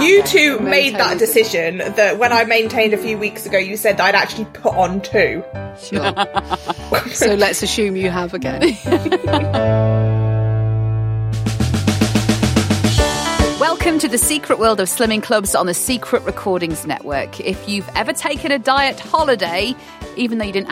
You two made that decision that when I maintained a few weeks ago, you said I'd actually put on two. Sure. so let's assume you have again. Welcome to the secret world of slimming clubs on the Secret Recordings Network. If you've ever taken a diet holiday, even though you didn't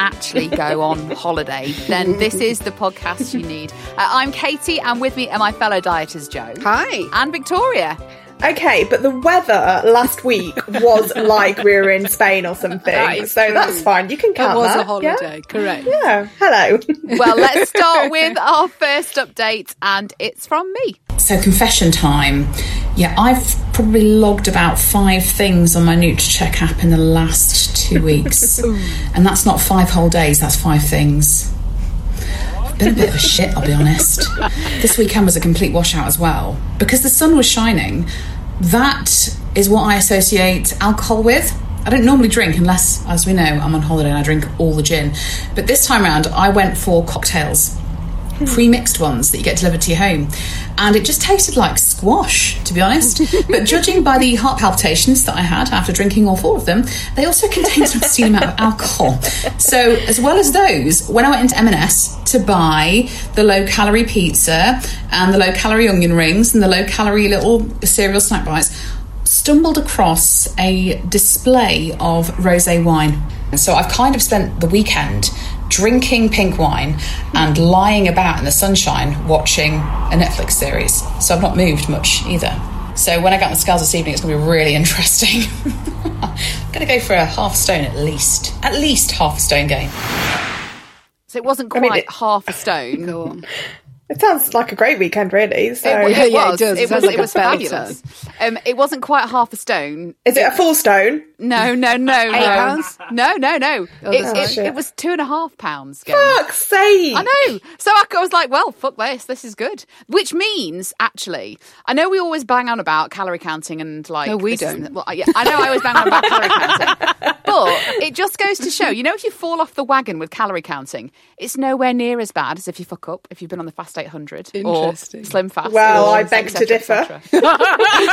actually go on holiday, then this is the podcast you need. Uh, I'm Katie, and with me are my fellow dieters, Joe. Hi. And Victoria. Okay, but the weather last week was like we were in Spain or something, That is so true. that's fine. You can That count was that, a holiday, correct. Yeah? yeah. Hello. Well, let's start with our first update, and it's from me. So confession time. Yeah, I've probably logged about five things on my NutriCheck app in the last two weeks, and that's not five whole days. That's five things. I've Been a bit of a shit, I'll be honest. This weekend was a complete washout as well because the sun was shining. That is what I associate alcohol with. I don't normally drink unless, as we know, I'm on holiday and I drink all the gin. But this time round, I went for cocktails pre-mixed ones that you get delivered to your home and it just tasted like squash to be honest but judging by the heart palpitations that i had after drinking all four of them they also contained an obscene amount of alcohol so as well as those when i went into m&s to buy the low calorie pizza and the low calorie onion rings and the low calorie little cereal snack bites stumbled across a display of rosé wine. And so I've kind of spent the weekend drinking pink wine and lying about in the sunshine watching a Netflix series. So I've not moved much either. So when I get on the scales this evening, it's going to be really interesting. I'm going to go for a half stone at least. At least half a stone game. So it wasn't quite mean, it- half a stone. Go on. it sounds like a great weekend, really. So, It, Oh, Yeah, it yeah, it was. does. It It was, sounds it was like a fabulous. Um, it wasn't quite half a stone. is it a full stone? No, no, no, no. pounds? Oh, No, no, no. it, that's it, right. it was two and a half pounds. Going. Fuck's sake! I know. So I c- I was like, well, fuck this. This is good. Which means, actually, I know we always bang on about calorie counting and like. No, we this don't. isn't- Well, yeah, I know I always bang on about calorie counting. But it just goes to show, you know, if you fall off the wagon with calorie counting, it's nowhere near as bad as if you fuck up, if you've been on the Fast 800 or Interesting. Slim Fast. Well, or I beg et to cetera, et differ.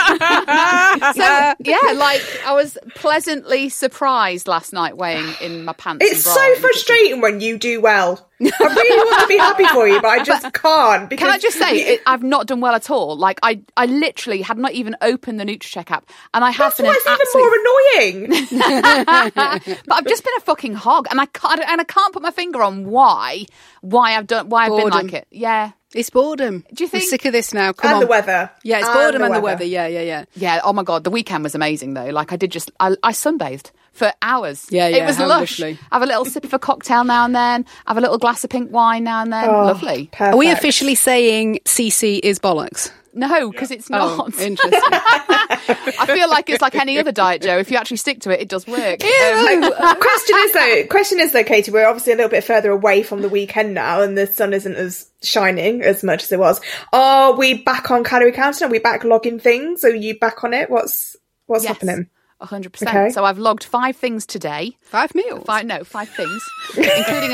cetera. so, yeah, like I was pleasantly surprised last night weighing in my pants. It's and bra so and- frustrating when you do well. I really want to be happy for you, but I just can't. Because Can I just say, it, I've not done well at all. Like, I, I literally had not even opened the NutriCheck app, and I have that's been why an it's even absolute- more annoying. but I've just been a fucking hog, and I can't, and I can't put my finger on why, why I've done, why I've Boredom. been like it. Yeah, It's boredom. Do you think- I'm sick of this now. Come and on. the weather. Yeah, it's boredom and the weather. Yeah, yeah, yeah. yeah. Oh my god, the weekend was amazing though. Like, I did just, I, I sunbathed for hours. Yeah, It yeah, was how lush. lovely. Have a little sip of a cocktail now and then. Have a little glass of pink wine now and Oh, then. Lovely. Perfect. Are we officially saying CC is bollocks? No, because it's Oh, not. interesting. I feel like it's like any other diet, Joe. If you actually stick to it, it does work. Um, question is though question is though katie we're obviously a little bit further away from the weekend now and the sun isn't as shining as much as it was are we back on calorie counting are we back logging things are you back on it what's what's Yes. happening 100%. Okay. So I've logged five things today. Five meals. Five, no, five things, including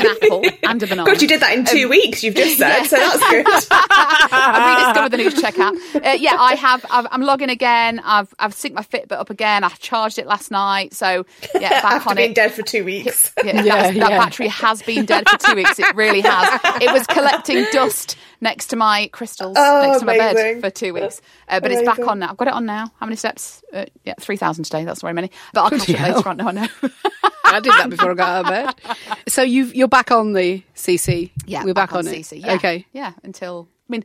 an apple and a banana. god you did that in two weeks you've just said so that's good Ah. I've rediscovered the new check app. Uh, yeah, I have. I've, I'm logging again. I've I've synced my Fitbit up again. I charged it last night. So yeah, back after on being it. dead for two weeks Yeah, Yeah, that's- that yeah. battery has been dead for two weeks. It really has. It was collecting dust next to my crystals, next to my Oh, amazing. bed for two weeks. Uh, but it's back Amazing. on now. I've got it on now. How many steps? Uh, yeah, 3,000 today. That's very many. But I'll catch Bloody up hell. later on. No, I know. I did that before I got out of bed. So you've, you're back on the CC. Yeah, we're back, on, it. CC. Yeah. Okay. Yeah, until I mean,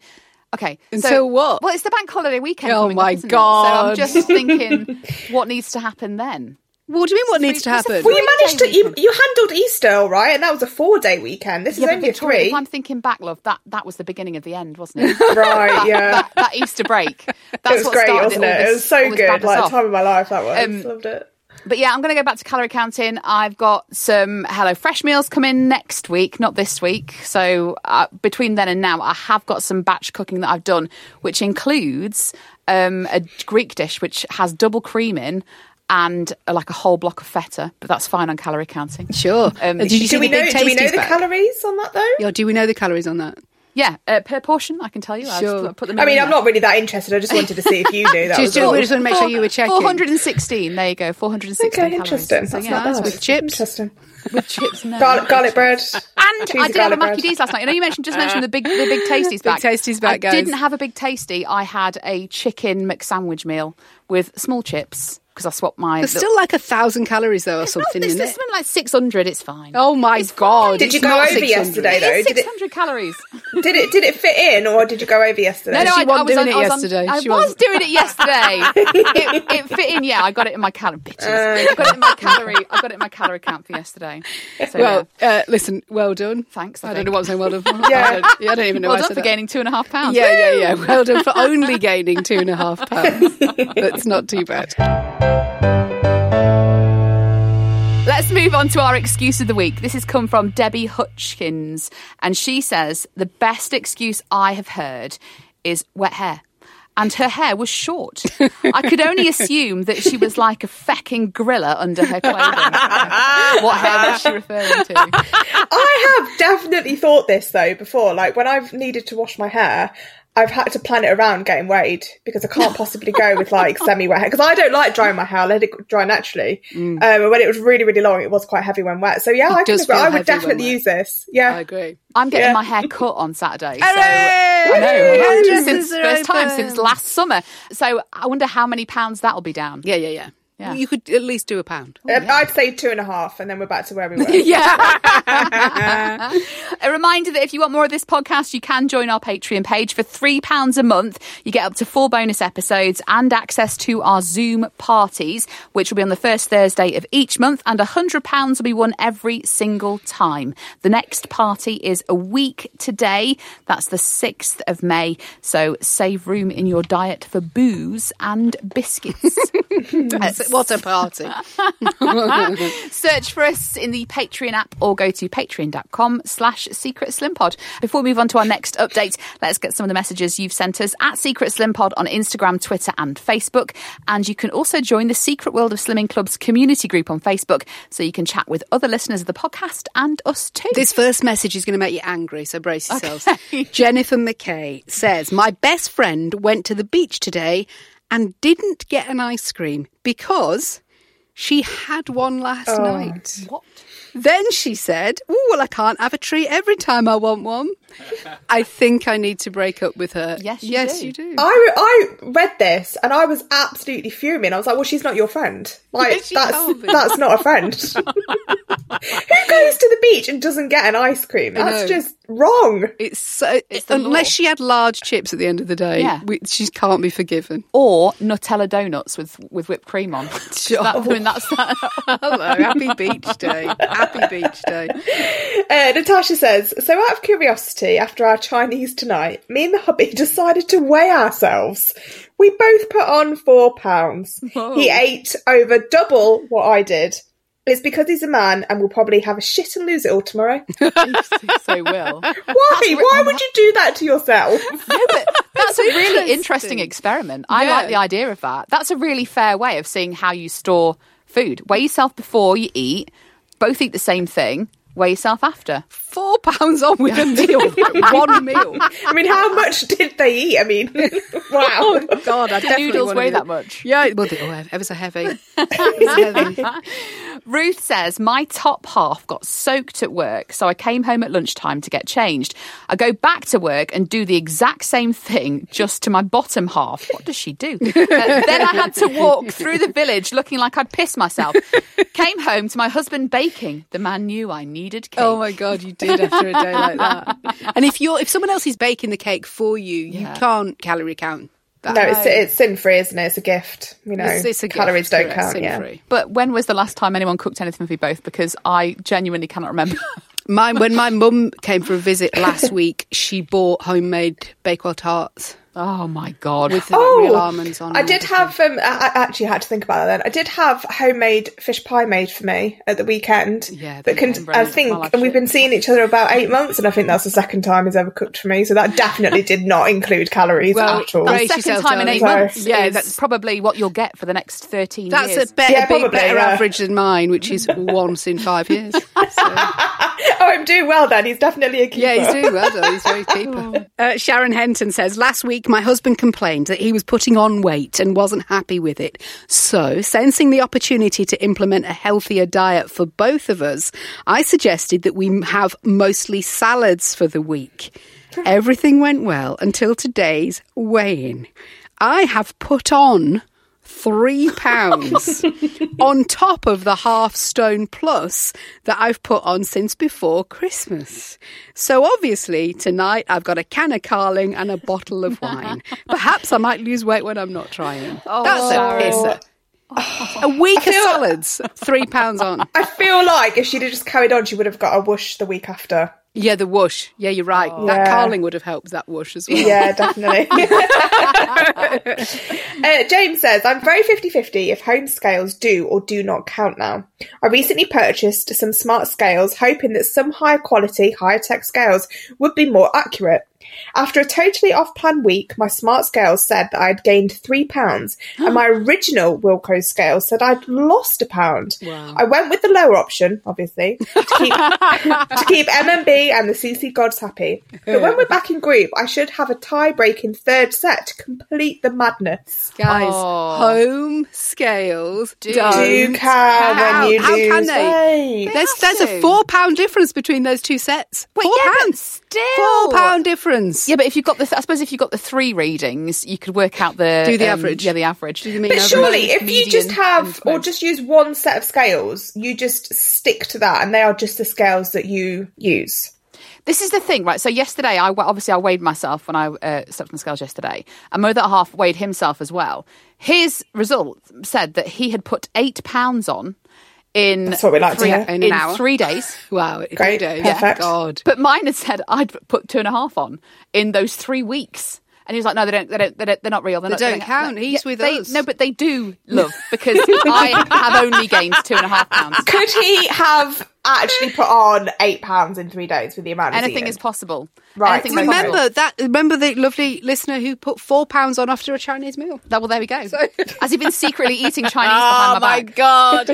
Okay. Until what? Well, it's the bank holiday weekend. Oh coming my up, isn't it? So I'm God. just thinking, what needs to happen then? What do you mean? What needs to It's a happen? Well, free- you managed to Three-day you, you handled Easter all right, and that was a four day weekend. This is but only a Victoria, three, If I'm thinking back, love, that, that was the beginning of the end, wasn't it? right? Yeah, that, that Easter break. it That's was what great, started wasn't all it? this- it was so all this good, badness like off. time of my life. That was Um, loved it. But yeah, I'm going to go back to calorie counting. I've got some HelloFresh meals coming next week, not this week. So uh, between then and now, I have got some batch cooking that I've done, which includes um, a Greek dish which has double cream in and uh, like a whole block of feta. But that's fine on calorie counting. sure. Uh, Um, did you see Do we the know? big Do we know tasties the back? calories on that though? Yeah, do we know the calories on that? Yeah, uh, per portion, I can tell you. I'll Sure. just put them I in mean, there. I'm not really that interested. I just wanted to see if you knew that. Just- was just- all. we just want to make sure you were checking. 416. There you go. 416 Okay, calories. interesting. So, That's yeah, not that's bad. with chips. Interesting. with chips. No, Garlic, not garlic bread. And Cheesy I did have a garlic bread. Mackey D's last night. You know, you mentioned just mentioned the big, the big tasties back. tasties back, I guys. didn't have a big tasty. I had a chicken McSandwich meal with small chips because I swapped my. There's still like a thousand calories though, or something There's in it. something like 600. It's fine. Oh my It's god! fine. Did you it's go not over 600. yesterday, though? It's did it- 600 calories. Did it? Did it fit in, or did you go over yesterday? No, no, she I, wasn't I was doing on, it I was on- yesterday. I She was wasn't. doing it yesterday. it, it fit in. Yeah, I got it in my calorie. Bitches. I got it in my calorie. I got it in my calorie count for yesterday. So, yeah. Well, uh, listen. Well done. Thanks, I, I don't think. know what I'm saying. Well done. For. Yeah. I don't, yeah, I don't even know. well why I done said for that. gaining two and a half pounds. Yeah, yeah, yeah. Well done for only gaining two and a half pounds. That's not too bad. Let's move on to our excuse of the week. This has come from Debbie Hutchins, and she says the best excuse I have heard is wet hair. And her hair was short. I could only assume that she was like a fecking gorilla under her clothing. what hair was she referring to? I have definitely thought this though before. Like when I've needed to wash my hair, I've had to plan it around getting weighed because I can't possibly go with like semi wet hair because I don't like drying my hair. I let it dry naturally. Mm. Um, and when it was really really long, it was quite heavy when wet. So yeah, I, can does agree. feel I would heavy when definitely wet. use this. Yeah, I agree. I'm getting Yeah. my hair cut on Saturday. So Hooray! I know. Hairdressers First since, are first time open. since last summer. So I wonder how many pounds that'll be down. Yeah, yeah, yeah. Yeah. You could at least do a pound. Um, I'd say two and a half, and then we're back to where we were. Yeah. a reminder that if you want more of this podcast, you can join our Patreon page for £3 a month. You get up to four bonus episodes and access to our Zoom parties, which will be on the first Thursday of each month, and £100 will be won every single time. The next party is a week today. That's the 6th of May. So save room in your diet for booze and biscuits. What a party! Search for us in the Patreon app or go to patreon.com slash secret slim pod. Before we move on to our next update, let's get some of the messages you've sent us at Secret Slim Pod on Instagram, Twitter and Facebook. And you can also join the Secret World of Slimming Club's community group on Facebook so you can chat with other listeners of the podcast and us too. This first message is going to make you angry, so brace yourselves. Jennifer McKay says, My best friend went to the beach today and didn't get an ice cream because she had one last Oh. night. What? Then she said, Oh, well, I can't have a treat every time I want one. I think I need to break up with her. Yes, you yes, do. you do. I, re- I read this and I was absolutely fuming. I was like, well, she's not your friend. Like, She that's, can't be. that's not a friend. Who goes to the beach and doesn't get an ice cream? know. That's just wrong. It's so, the law. unless she had large chips at the end of the day, Yeah. we, she can't be forgiven. Or Nutella donuts with, with whipped cream on. That- I mean, that's that. Hello, happy beach day. Happy beach day. Uh, Natasha says, so out of curiosity, after our Chinese tonight, me and the hubby decided to weigh ourselves. We both put on four pounds. He ate over double what I did. It's because he's a man and will probably have a shit and lose it all tomorrow. so will. Why? Why would you do that to yourself? That's a really interesting experiment. I Yeah. like the idea of that. That's a really fair way of seeing how you store food. Weigh yourself before you eat, both eat the same thing, weigh yourself after. Four pounds on with a meal. One meal. I mean, how much did they eat? I mean, wow. Oh, God, I definitely noodles wanna weigh do that much? Yeah, well, they, oh, ever so heavy. Ever so heavy. Ruth says, My top half got soaked at work, so I came home at lunchtime to get changed. I go back to work and do the exact same thing, just to my bottom half. What does she do? Uh, then I had to walk through the village looking like I'd piss myself. Came home to my husband baking. The man knew I needed cake. Oh my god, you did after a day like that. And if you're if someone else is baking the cake for you, you can't calorie count. That. No, it's it's sin free, isn't it? It's a gift. You know, It's- it's a calories gift, don't correct, count. Yeah. sin-free. But when was the last time anyone cooked anything for you both? Because I genuinely cannot remember. My when my mum came for a visit last week, she bought homemade Bakewell tarts oh my god. with like, real almonds on. Oh, I and did have. Um, I, I actually had to think about that. Then I did have homemade fish pie made for me at the weekend. Yeah, but they can, can I bring think, smell like and we've shit. been seeing each other about eight months, and I think that's the second time he's ever cooked for me. So that definitely did not include calories at all. Grace, The second yourself, time in darling. eight Sorry. months. Yeah, Yeah, that's- that's probably what you'll get for the next thirteen That's years. a better, Yeah, big, probably, better yeah. average than mine, which is once in five years. So, Oh, I'm doing well then. He's definitely a keeper. yeah, he's doing well. Though. He's very keeper. Uh, Sharon Henton says last week my husband complained that he was putting on weight and wasn't happy with it. So, sensing the opportunity to implement a healthier diet for both of us, I suggested that we have mostly salads for the week. Everything went well until today's weigh-in. I have put on three pounds on top of the half stone plus that I've put on since before Christmas. So obviously tonight I've got a can of Carling and a bottle of wine. Perhaps I might lose weight when I'm not trying. Oh, That's a pisser. A week of salads, three pounds on. I feel like if she'd have just carried on, she would have got a whoosh the week after. Yeah, the whoosh. Yeah, you're right. That Oh. Yeah. Carling would have helped that whoosh as well. Yeah, definitely. uh, James says, I'm very 50 50 if home scales do or do not count now. I recently purchased some smart scales, hoping that some high quality, high tech scales would be more accurate. After a totally off plan week, my smart scales said that I had gained three pounds, and my original Wilco scale said I'd lost a pound. I went with the lower option, obviously, to keep, to keep MMB and the CC gods happy. But when we're back in group, I should have a tie breaking third set to complete the madness. Guys, Oh. home scales. Do Do care How- when you how can lose they? weight. There's have there's a to. four pound difference between those two sets. four yeah, but pounds. still. Four pound difference. Yeah, but if you got the, th- I suppose if you got the three readings, you could work out the um, Do the average. Yeah, the average. You mean But average? surely, Most if you just median and have or most. just use one set of scales, you just stick to that, and they are just the scales that you use. This is the thing, right? So yesterday, I wa- obviously I weighed myself when I uh, stepped on the scales yesterday, and my other half weighed himself as well. His result said that he had put eight pounds on in That's what we like to three, hear. in, In an hour. three days. Wow, it Great, did, perfect. yeah, God. But mine had said I'd put two and a half on in those three weeks. And he was like, no, they don't, they don't, they don't they're not real. They're They not, don't count. He's with they, us. No, but they do, love, because I have only gained two and a half pounds. Could he have actually put on eight pounds in three days with the amount? he's Anything eaten? is possible. Right, Anything is possible. Remember that? Remember the lovely listener who put four pounds on after a Chinese meal. Ah, That, well, there we go. Has he been secretly eating Chinese behind Oh my back? God! I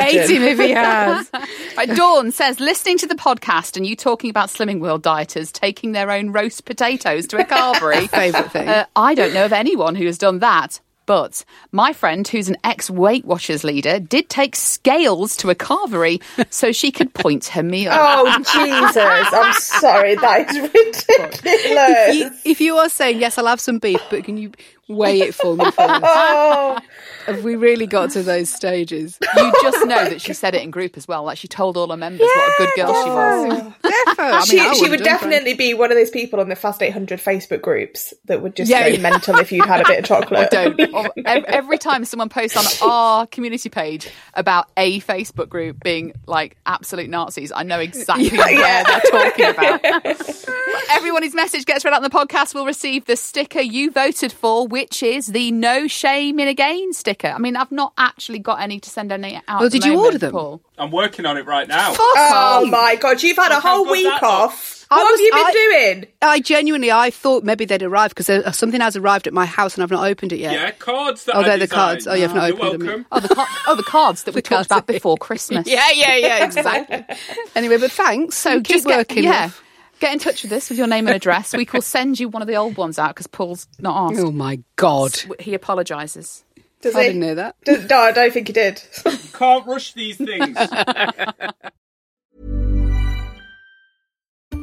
hate Imagine. him if he has. Right, Dawn says, listening to the podcast and you talking about Slimming World dieters taking their own roast potatoes to a carvery. Favourite thing. Uh, I don't know of anyone who has done that. But my friend, who's an ex Weight Watchers leader, did take scales to a carvery so she could point her meal. Oh Jesus! I'm sorry, that is ridiculous. You- if you are saying yes, I'll have some beef, but can you weigh it for me? First? Oh, Have we really got to those stages? You just know that she said it in group as well. Like she told all her members what a good girl she was. she, I she would've would done, Fran. definitely be one of those people on the Fast 800 Facebook groups that would just Yeah, go yeah. mental if you'd had a bit of chocolate. Don't. Or ev- Every time someone posts on our community page about a Facebook group being like absolute Nazis, I know exactly yeah. where they're talking about. Everyone whose message gets read out on the podcast will receive the sticker you voted for, which is the No Shame in Again sticker. I mean, I've not actually got any to send any out. Well, at the did you moment, order them? Paul. I'm working on it right now. Oh my God! You've had a whole good week that off. I what was- have you been I- doing? I genuinely, I thought maybe they'd arrive because something has arrived at my house and I've not opened it yet. Yeah, cards that Oh, I they're the designed. cards. Oh, you have not You're opened them yet. welcome. Oh, the, car- oh, the cards that we cards. talked about before Christmas. Yeah, yeah, yeah, exactly. anyway, but thanks. So keep get- working. yeah. love. Get in touch with us with your name and address. We will send you one of the old ones out because Paul's not asked. Oh my God. W- He apologises. Does I he? didn't know that. Does- no, I don't think he did. You can't rush these things.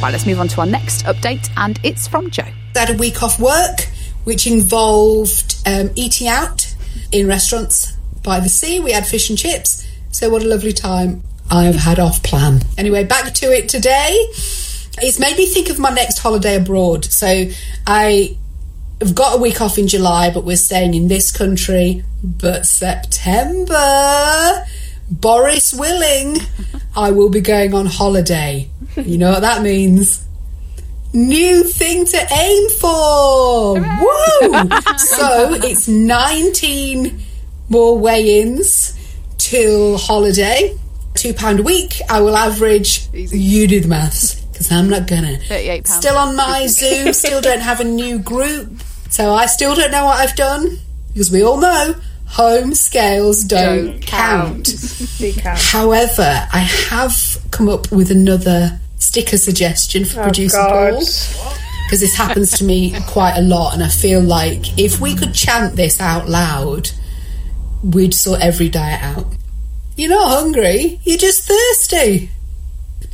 Right, let's move on to our next update, and it's from Joe. had a week off work, which involved um, eating out in restaurants by the sea. We had fish and chips. So, what a lovely time I've had off plan. Anyway, back to it today. It's made me think of my next holiday abroad. So, I have got a week off in July, but we're staying in this country. But September, Boris willing, I will be going on holiday. You know what that means? new thing to aim for. Woo! so it's 19 more weigh ins till holiday. £2 a week. I will average. You do the maths because I'm not gonna. £38. Still on my Zoom, still don't have a new group. So I still don't know what I've done because we all know home scales don't, count. However, I have come up with another sticker suggestion for producer Oh, God. Paul because this happens to me quite a lot, and I feel like if we could chant this out loud, we'd sort every diet out. You're not hungry, you're just thirsty.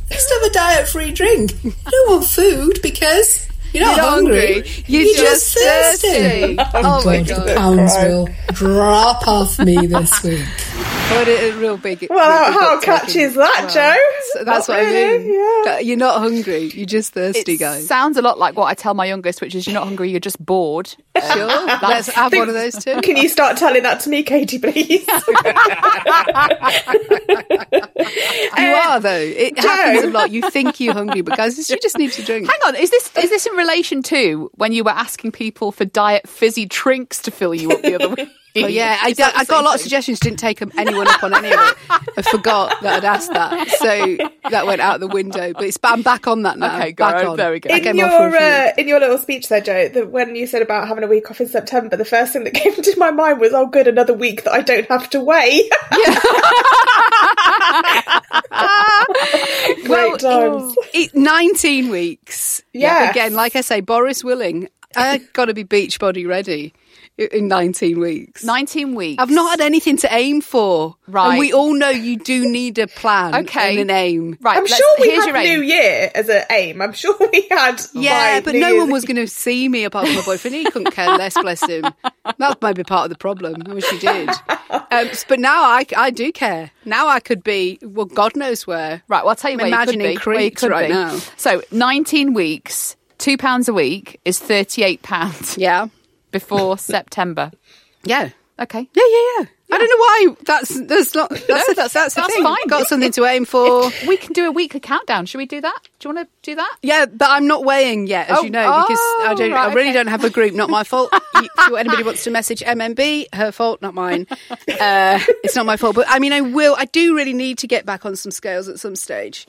Just have a diet free drink. You don't want food because you're not You're not hungry. hungry, you're just thirsty. Oh my God, the God. pounds will drop off me this week. What a, a real big. Well, real big how uptake in- catchy is that, Joe? So that's Not what I really, mean. yeah. That You're not hungry. You're just thirsty, guys. Sounds a lot like what I tell my youngest, which is you're not hungry, you're just bored. Sure. Let's have one of those too. Can you start telling that to me, Katie, please? You Um, are though. It happens a Joe. lot. You think you're hungry, but guys, you just need to drink. Hang on, is this is this in relation to when you were asking people for diet fizzy drinks to fill you up the other week? Oh yeah, I, d- I got a lot of suggestions. Didn't take 'em- anyone up on any of it. I forgot that I'd asked that, so that went out the window. But it's I'm back on that now. Okay, go back on. on. There we go. I In came your off of you. uh, in your little speech there, Joe, the, when you said about having a week off in September, the first thing that came to my mind was, "Oh, good, another week that I don't have to weigh." Great times. it- 19 weeks. Yes. Again, like I say, Boris Willing, I got to be beach body ready i- in 19 weeks. 19 weeks. I've not had anything to aim for. Right. And we all know you do need a plan Okay. and an aim. Right, I'm sure we had New Year as an aim. I'm sure we had. Yeah, like, but New no Year's one was going to see me apart from my boyfriend. He couldn't care less, bless him. That might be part of the problem. I wish he did. Um, s- but now I, I do care. Now I could be, well, God knows where. Right, well, I'll tell you I'm where imagining you could be. where you creeks could right be. now. So, 19 weeks, two pounds a week is 38 pounds. Yeah. Before September. Yeah. Okay. Yeah, yeah, yeah. I don't know why that's that's not that's No, that's, that's, the that's thing. fine. Got something to aim for. We can do a weekly countdown. Should we do that? Do you want to do that? Yeah, but I'm not weighing yet, as Oh, you know, because I oh, don't. right, I really okay. don't have a group. Not my fault. You- if anybody wants to message MMB, her fault, not mine. Uh, it's not my fault. But I mean, I will. I do really need to get back on some scales at some stage.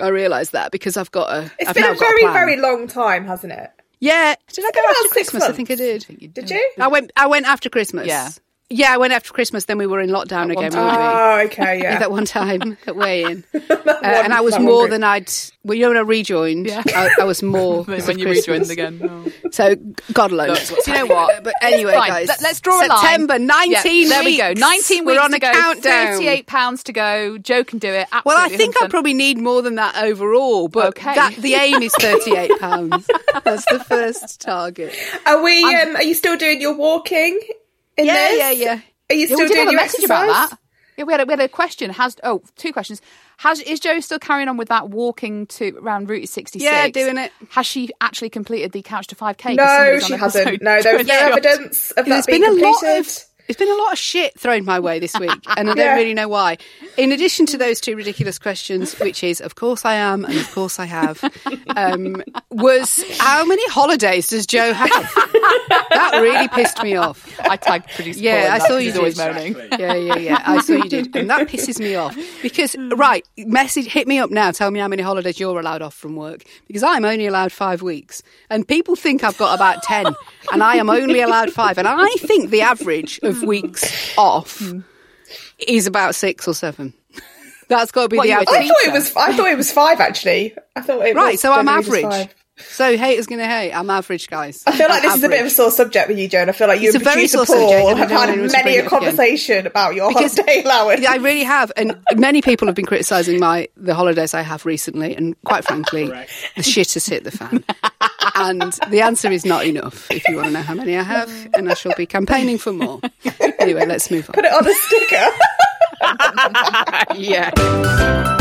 I realise that because I've got a. It's have been now a got very, plan. very long time, hasn't it? Yeah. Did I go about after six Christmas? I months. think I did. Did you? I went. I went after Christmas. Yeah. Yeah, I went after Christmas. Then we were in lockdown one again. time. weren't we? Oh, okay, yeah. that one time at weigh-in, Uh, and I was more than I'd. Well, you know, when I rejoined, I, I was more When than you Christmas. rejoined again. No. So God alone. That's what's Do you know happening. what? But anyway, Fine, guys, let- let's draw a line. September Yeah, nineteen. there weeks. we go. 19 We're weeks on to a go. countdown. 38 pounds to go. Joe can do it. Absolutely Well, I think I 100%. probably need more than that overall, but Okay. that, the aim is thirty-eight pounds. That's the first target. Are we? Um, are you still doing your walking? In Yeah, this? yeah, yeah. Are you Yeah, still we did doing have a your message exercise? about that. Yeah, we had a, we had a question. Has oh two questions? Has is Joe still carrying on with that walking to around Route sixty six? Yeah, doing it. Has she actually completed the couch to five k? No, she hasn't. No, there was no evidence of There's that being been a lot completed. of it's been a lot of shit thrown my way this week, and I don't Yeah. really know why. In addition to those two ridiculous questions, which is of course I am and of course I have, um, was how many holidays does Joe have? that really pissed me off. I tagged producer. Paul in Yeah, I that saw because you he's did. always moaning. Yeah, yeah, yeah. I saw you did, and that pisses me off because right, message hit me up now. Tell me how many holidays you're allowed off from work because I'm only allowed five weeks, and people think I've got about ten, and I am only allowed five, and I think the average of weeks off is about six or seven. That's got to be What, the you were average. I thought it was. I thought it was five actually. I thought it right, was so I'm generally just average. five. So haters gonna hate. I'm average, guys. I feel like this is a bit of a sore subject with you, Joan. I feel like you It's and a very producer sore subject, Paul and I have don't had really want to many bring it a up conversation about your holiday allowance. Yeah, I really have, and many people have been criticising my the holidays I have recently, and quite frankly, the shit has hit the fan. and the answer is not enough. If you want to know how many I have, and I shall be campaigning for more. Anyway, let's move on. Put it on a sticker. Yeah.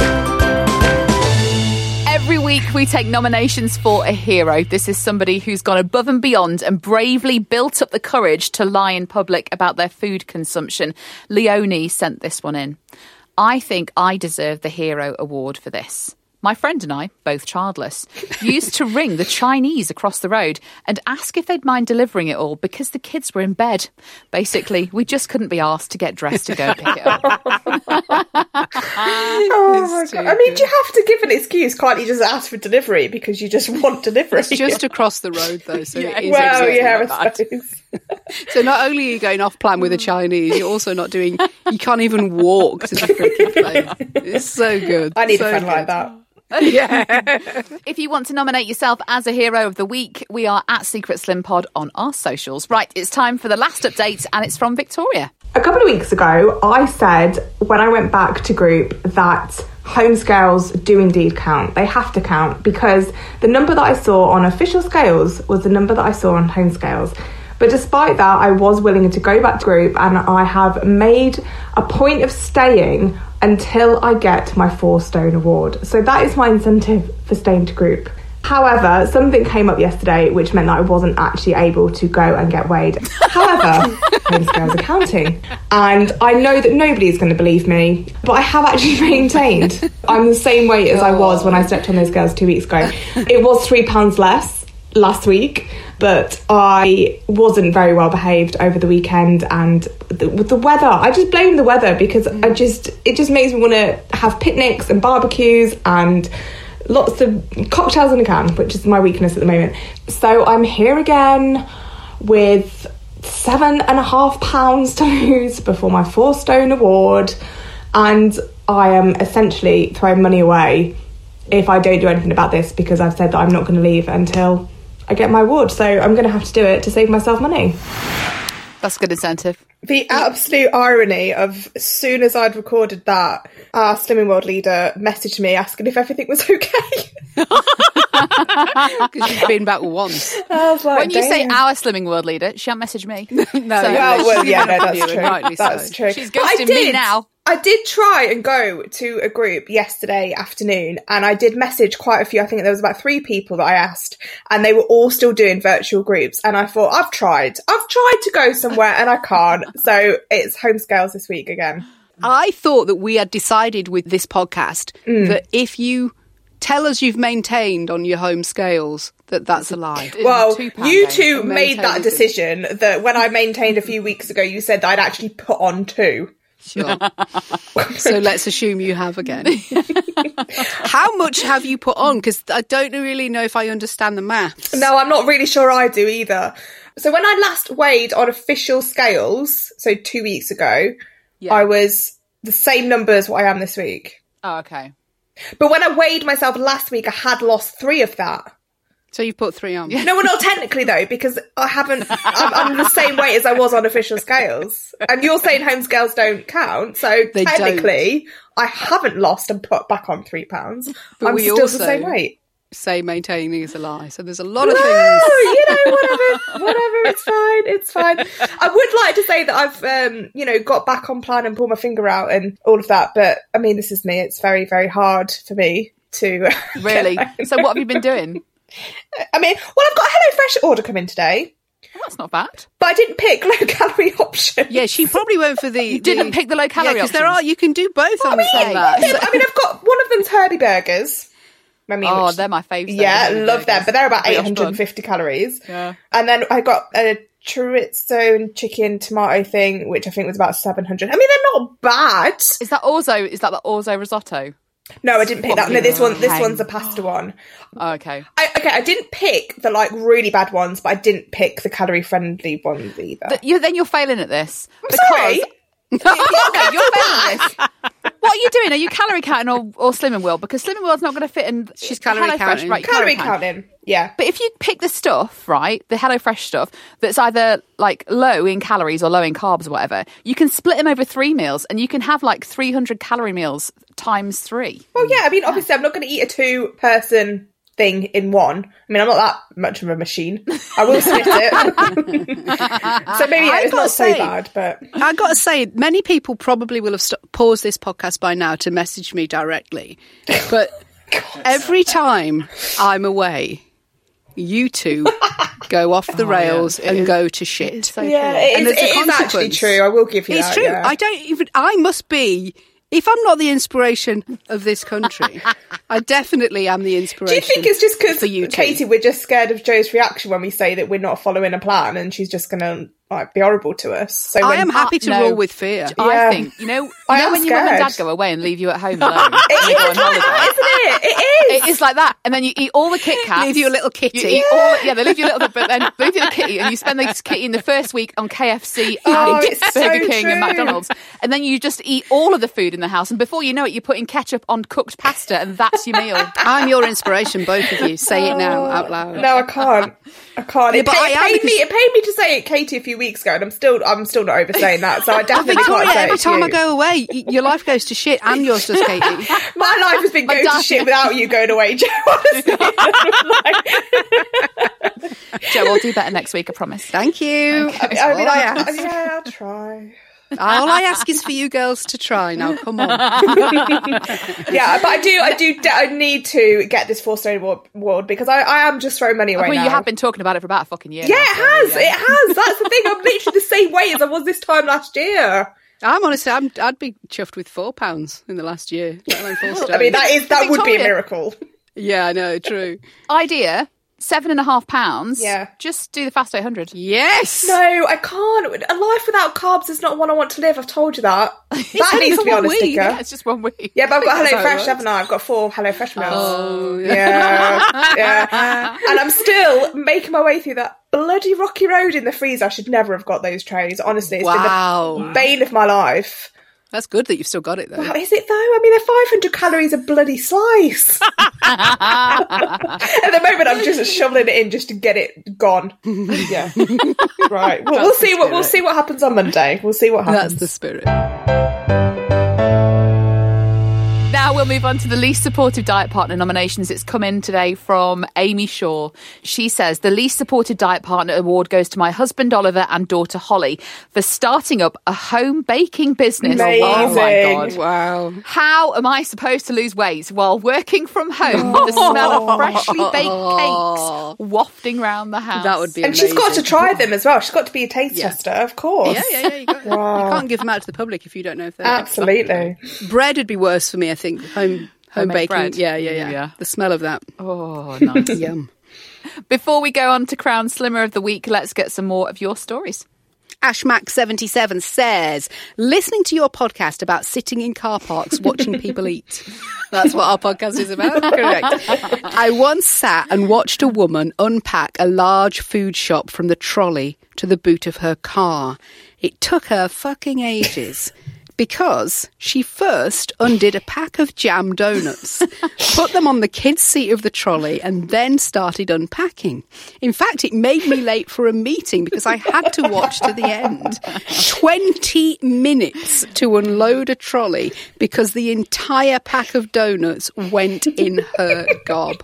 Every week, we take nominations for a hero. This is somebody who's gone above and beyond and bravely built up the courage to lie in public about their food consumption. Leonie sent this one in. I think I deserve the Hero Award for this. My friend and I, both childless, used to ring the Chinese across the road and ask if they'd mind delivering it all because the kids were in bed. Basically, we just couldn't be asked to get dressed to go pick it up. oh my god! I mean, do you have to give an excuse? Can't you just ask for delivery because you just want delivery? It's just across the road, though, so it is well, exactly yeah, like I that. suppose. So not only are you going off plan with Mm. the Chinese, you're also not doing. You can't even walk to the freaking place. It's so good. I need so a friend like good. that. If you want to nominate yourself as a hero of the week, we are at Secret Slim Pod on our socials. Right, it's time for the last update, and it's from Victoria. A couple of weeks ago, I said when I went back to group that home scales do indeed count. They have to count because the number that I saw on official scales was the number that I saw on home scales. But despite that, I was willing to go back to group and I have made a point of staying until I get my four stone award. So that is my incentive for staying to group. However, something came up yesterday which meant that I wasn't actually able to go and get weighed. However, home scales are counting. And I know that nobody is going to believe me, but I have actually maintained. I'm the same weight as I was when I stepped on those girls two weeks ago. It was three pounds less last week. But I wasn't very well behaved over the weekend, and the, with the weather, I just blame the weather because I just it just makes me want to have picnics and barbecues and lots of cocktails in a can, which is my weakness at the moment. So I'm here again with seven and a half pounds to lose before my four stone award, and I am essentially throwing money away if I don't do anything about this because I've said that I'm not going to leave until I get my award. So I'm going to have to do it to save myself money. That's a good incentive. The absolute irony of as soon as I'd recorded that, our Slimming World leader messaged me asking if everything was okay. Because you've been back once. when you say our slimming world leader, she'll message me. no, well, well, Oh, yeah, no, that's true. that's true. She's But ghosting me now. I did try and go to a group yesterday afternoon, and I did message quite a few. I think there was about three people that I asked, and they were all still doing virtual groups. And I thought, I've tried, I've tried to go somewhere, and I can't. So it's home scales this week again. I thought that we had decided with this podcast Mm. that if you tell us you've maintained on your home scales, that that's a lie. Well, you two made that decision that when I maintained a few weeks ago, you said that I'd actually put on two. Sure. so let's assume you have again. How much have you put on? Because I don't really know if I understand the maths. No, I'm not really sure I do either. So when I last weighed on official scales, so two weeks ago, I was the same number as what I am this week. Oh, okay. But when I weighed myself last week, I had lost three of that. So you put three on. No, well, not technically though, because I haven't. I'm, I'm the same weight as I was on official scales, and you're saying home scales don't count. So They don't. technically, I haven't lost and put back on three pounds. But I'm we still also the same weight. say maintaining is a lie. So there's a lot of No, things. you know, whatever, whatever. It's fine. It's fine. I would like to say that I've, um, you know, got back on plan and pulled my finger out and all of that. But I mean, this is me. It's very, very hard for me to Really? So what have you been doing? I mean, well, I've got a HelloFresh order come in today. that's not bad. But I didn't pick low calorie options. Yeah, she probably went for the. You didn't pick the low calorie because there options. are. You can do both on I mean, the same I mat. mean, I mean, I've got one of them's Herbie Burgers. I mean, Oh, which- they're my favourite. Yeah, love them, but they're about British 850 calories. Yeah. And then I got a chorizo and chicken tomato thing, which I think was about 700. I mean, they're not bad. Is that orzo? Is that the orzo risotto? No, I didn't pick that. No, this one, this Okay. one's the pasta one. Oh, okay. I, okay, I didn't pick the like really bad ones, but I didn't pick the calorie friendly ones either. But you, then you're failing at this. I'm sorry. No, no, you're failing at this. What are you doing? Are you calorie counting or, or slimming world? Because slimming world's not going to fit in. She's calorie counting. right? Calorie counting, Yeah. But if you pick the stuff, right, the HelloFresh stuff that's either like low in calories or low in carbs or whatever, you can split them over three meals and you can have like 300 calorie meals times three. Well, yeah, I mean, obviously, I'm not going to eat a two person thing in one. I mean, I'm not that much of a machine. I will split it. so maybe yeah, I've it's gotta not so say- bad, but. I got to say, many people probably will have st- paused this podcast by now to message me directly. But every time I'm away, you two go off the rails and go to shit. Yeah, it And is, there's a it is actually consequence. true. I will give you It's that, true. yeah. I don't even. I must be. If I'm not the inspiration of this country, I definitely am the Do you inspiration. think it's just because for you two. Katie, we're just scared of Joe's reaction when we say that we're not following a plan, and she's just going to like be horrible to us? So I when- am happy to No. roll with fear. Yeah. I think, you know, you I know am when your mum and dad scared. go away and leave you at home alone. and you go on holiday? Isn't it? It is. It is like that. And then you eat all the Kit Kats. Leave your little kitty. You eat all the- yeah, they leave you a little bit, but then leave you the kitty, and you spend the kitty in the first week on KFC Oh, and it's so Burger King and true. McDonald's. And then you just eat all of the food in the house. And before you know it, you're putting ketchup on cooked pasta, and that's your meal. Oh. I'm your inspiration, both of you. Say it now out loud. No, I can't. I can't. Yeah, it, but pa- I it am paid because- me. It paid me to say it, Katie, a few weeks ago, and I'm still. I'm still not over saying that. So I definitely Victoria, can't say it every to time I you. go away, y- your life goes to shit and yours does, Katie. My life has been My going to dad- shit without you going away, Joe. Honestly, Joe, I'll do better next week, I promise. Thank you. That's I all mean, I I, ask. yeah, I'll try. All I ask is for you girls to try now. Come on. Yeah, but I do. I do. de- I need to get this four stone award, award because I, I am just throwing money away Well, now. you have been talking about it for about a fucking year. yeah, now, it so, has. yeah. It has. That's the thing. I'm literally the same weight as I was this time last year. I'm honestly, I'm, I'd be chuffed with four pounds in the last year. let alone four I mean, stone. that is that would be a Victoria- miracle. yeah, I know, true. idea seven and a half pounds, Yeah. just do the fast 800. Yes. No, I can't. A life without carbs is not one I want to live. I've told you that. That only needs to for be on a one week. sticker. Yeah, it's just one week. Yeah, but I've got That's how Hello it Fresh, works. haven't I? I've got four Hello Fresh meals. Oh, yeah. yeah, yeah. And I'm still making my way through that bloody rocky road in the freezer. I should never have got those trays. Honestly, it's Wow. been the bane of my life. That's good that you've still got it though. Well, Oh, is it though? I mean, they're 500 calories a bloody slice. At the moment, I'm just shoveling it in just to get it gone. Yeah, right. Well, we'll That's the see what we'll spirit. see what happens on Monday. We'll see what happens. That's the spirit. Now we'll move on to the least supportive diet partner nominations. It's come in today from Amy Shaw. She says the least supportive diet partner award goes to my husband Oliver and daughter Holly for starting up a home baking business. Oh my god. Amazing. Wow. How am I supposed to lose weight while working from home? with The smell of freshly baked cakes wafting round the house. Oh. That would be and she's got to try them as well. She's got to be a taste Yeah. tester, of course. Yeah, yeah, yeah. You, got, Uh, Wow. you can't give them out to the public if you don't know if they're Absolutely. Bread would be worse for me, I think. Home home Homemade baking. bread. Yeah, yeah, yeah, Yeah. The smell of that. Oh, nice. Yum. Before we go on to Crown Slimmer of the Week, let's get some more of your stories. Ashmack77 says, listening to your podcast about sitting in car parks watching people eat. That's what our podcast is about. Correct. I once sat and watched a woman unpack a large food shop from the trolley to the boot of her car. It took her fucking ages. Because she first undid a pack of jam donuts, put them on the kids' seat of the trolley, and then started unpacking. In fact, it made me late for a meeting because I had to watch to the end. 20 minutes to unload a trolley because the entire pack of donuts went in her gob.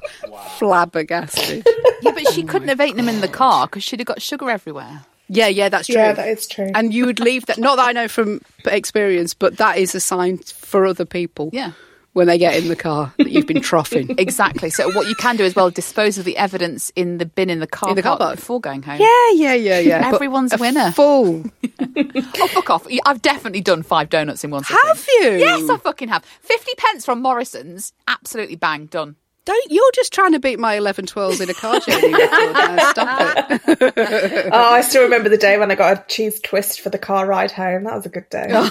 Flabbergasted. Yeah, but Oh she couldn't have eaten them in the car because she'd have got sugar everywhere. Yeah, yeah, that's true. Yeah, that is true. and you would leave that, not that I know from experience, but that is a sign for other people. Yeah. When they get in the car that you've been troughing. Exactly. So what you can do as well, dispose of the evidence in the bin in the car, In the car park. before going home. Yeah, yeah, yeah, yeah. But Everyone's a a winner. Full. Oh, fuck off. I've definitely done five donuts in one sitting. Have you? Yes, I fucking have. 50 pence from Morrison's. Absolutely bang, done. Don't you're just trying to beat my eleven twelves in a car journey record. Now, Stop it. Oh, I still remember the day when I got a cheese twist for the car ride home. That was a good day. Oh.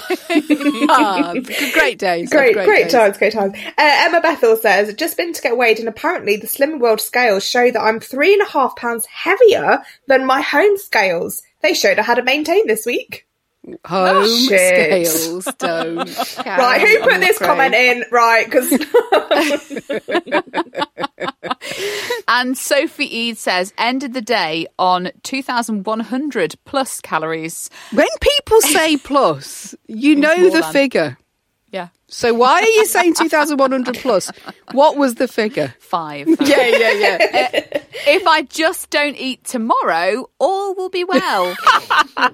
Ah, great days. Great, great, days. times, great times. Uh, Emma Bethel says, just been to get weighed, and apparently the Slimming World scales show that I'm three and a half pounds heavier than my home scales. They showed I had to maintain this week. Home Oh, shit. scales don't. count, right, who put I'm this afraid. comment in? Right, because And Sophie Ead says, ended the day on 2,100 plus calories. When people say plus, you know more the than. figure. Yeah, So why are you saying two thousand one hundred plus? What was the figure? five. Uh, Yeah, yeah, yeah. if I just don't eat tomorrow, all will be well.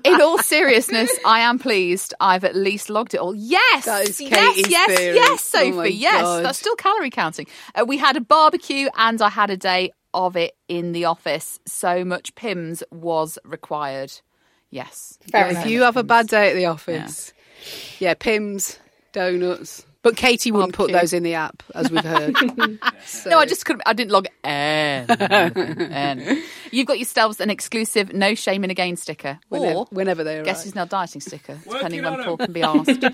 In all seriousness, I am pleased I've at least logged it all. Yes, That is yes, Katie's yes, theory. yes, Oh Sophie. my yes, God. that's still calorie counting. Uh, we had a barbecue and I had a day of it in the office. So much PIMS was required. Yes. fair If enough. you have a bad day at the office, yeah, Pims, donuts. But Katie wouldn't put Barbecue. those in the app, as we've heard. No, I just couldn't. I didn't log anything, anything. You've got yourselves an exclusive "No Shame in a Gain" sticker, whenever, or whenever they arrive. Guess who's now dieting sticker, depending when Paul can be asked.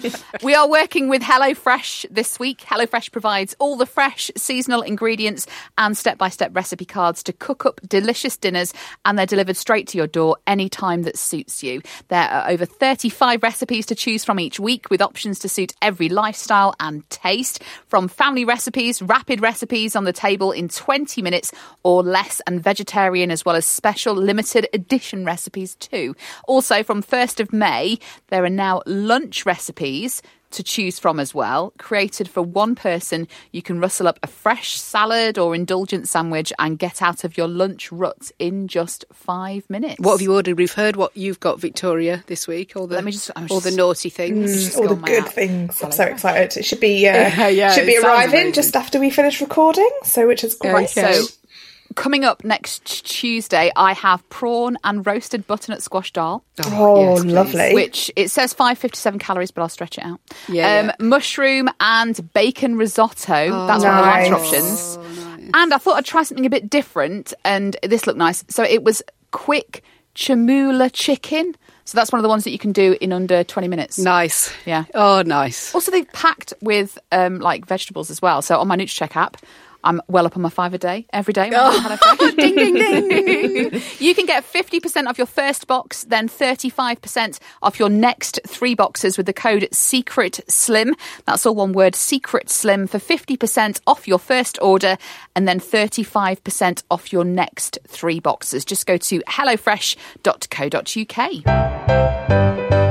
we are working with HelloFresh this week. HelloFresh provides all the fresh, seasonal ingredients and step by step recipe cards to cook up delicious dinners, and they're delivered straight to your door any time that suits you. There are over 35 recipes to choose from each week, with options to suit every lifestyle and taste, from family recipes, rapid recipes on the table in 20 minutes or less, and vegetarian as well as special limited edition recipes too. Also, from 1st of May, there are now lunch recipes to choose from as well. Created for one person, you can rustle up a fresh salad or indulgent sandwich and get out of your lunch rut in just five minutes. What have you ordered? We've heard what you've got, Victoria, this week. All the Let me just- I was all the just- Mm. naughty things. Just all the gone my good app. things. I'm so excited. It should be uh, yeah, should be it sounds arriving amazing. just after we finish recording, so which is great. Okay. So, coming up next Tuesday, I have prawn and roasted butternut squash dal. Oh, yes, please. lovely. Which it says 557 calories, but I'll stretch it out. Yeah, Oh, um, Mushroom and bacon risotto. That's one of the Nice. larger options. And I thought I'd try something a bit different, and this looked nice. So it was quick chamula chicken. So that's one of the ones that you can do in under 20 minutes. Nice. Yeah. Oh, nice. Also, they've packed with um, like vegetables as well. So on my NutriCheck app, I'm well up on my five a day every day. when I'm on HelloFresh. Oh, Ding, ding, ding, you can get 50% off your first box, then 35% off your next three boxes with the code Secret Slim. That's all one word, Secret Slim, for 50% off your first order, and then 35% off your next three boxes. Just go to hellofresh.co.uk.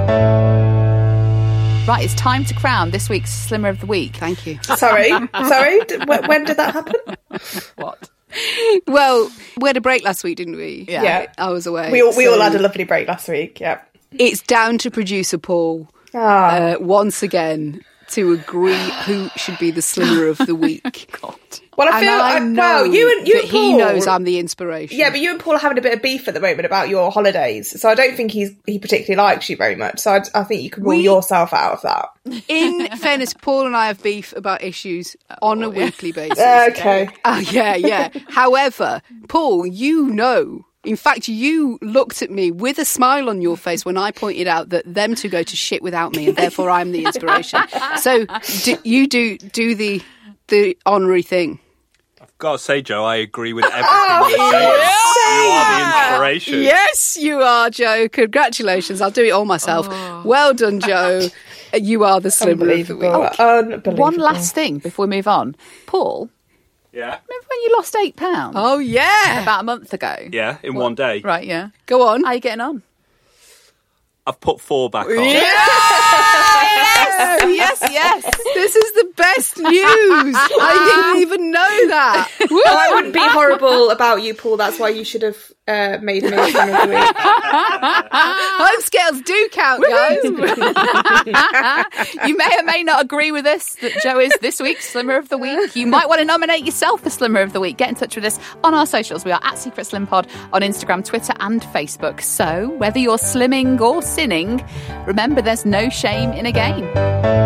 Right, it's time to crown this week's Slimmer of the Week. Thank you. Sorry, sorry. d- wh- When did that happen? What? Well, we had a break last week, didn't we? Yeah. Yeah. I was away. We all, we all so- had a lovely break last week. Yeah. It's down to producer Paul Ah. uh, once again to agree who should be the slimmer of the week. God. Well, I feel and I I, know well, you and you that and he Paul, knows I'm the inspiration. Yeah, but you and Paul are having a bit of beef at the moment about your holidays, so I don't think he's he particularly likes you very much. So I, I think you can rule We- yourself out of that. In fairness, Paul and I have beef about issues Oh, on a weekly basis. Okay. Oh, yeah, yeah. However, Paul, you know. In fact, you looked at me with a smile on your face when I pointed out that them two go to shit without me, and therefore I'm the inspiration. So do, you do do the the honorary thing. Gotta say, Joe, I agree with everything you're saying. You are the inspiration. Yes, you are, Joe. Congratulations. I'll do it all myself. Well done, Joe. You are the slimmer of the week. Oh. Unbelievable. One last thing before we move on. Paul, Yeah. remember when you lost eight pounds? Oh, yeah. About a month ago. Yeah, in one day. Right, yeah. Go on. How are you getting on? I've put four back on. Oh, Yes, yes, yes. This is the best news. I didn't even know that. Woo. Well, I wouldn't be horrible about you, Paul. That's why you should have uh, made me fan of the week. Home scales do count, guys. you may or may not agree with us that Joe is this week's Slimmer of the Week. You might want to nominate yourself for Slimmer of the Week. Get in touch with us on our socials. We are at Secret Slim Pod on Instagram, Twitter, and Facebook. So whether you're slimming or sinning, remember there's no shame in a game.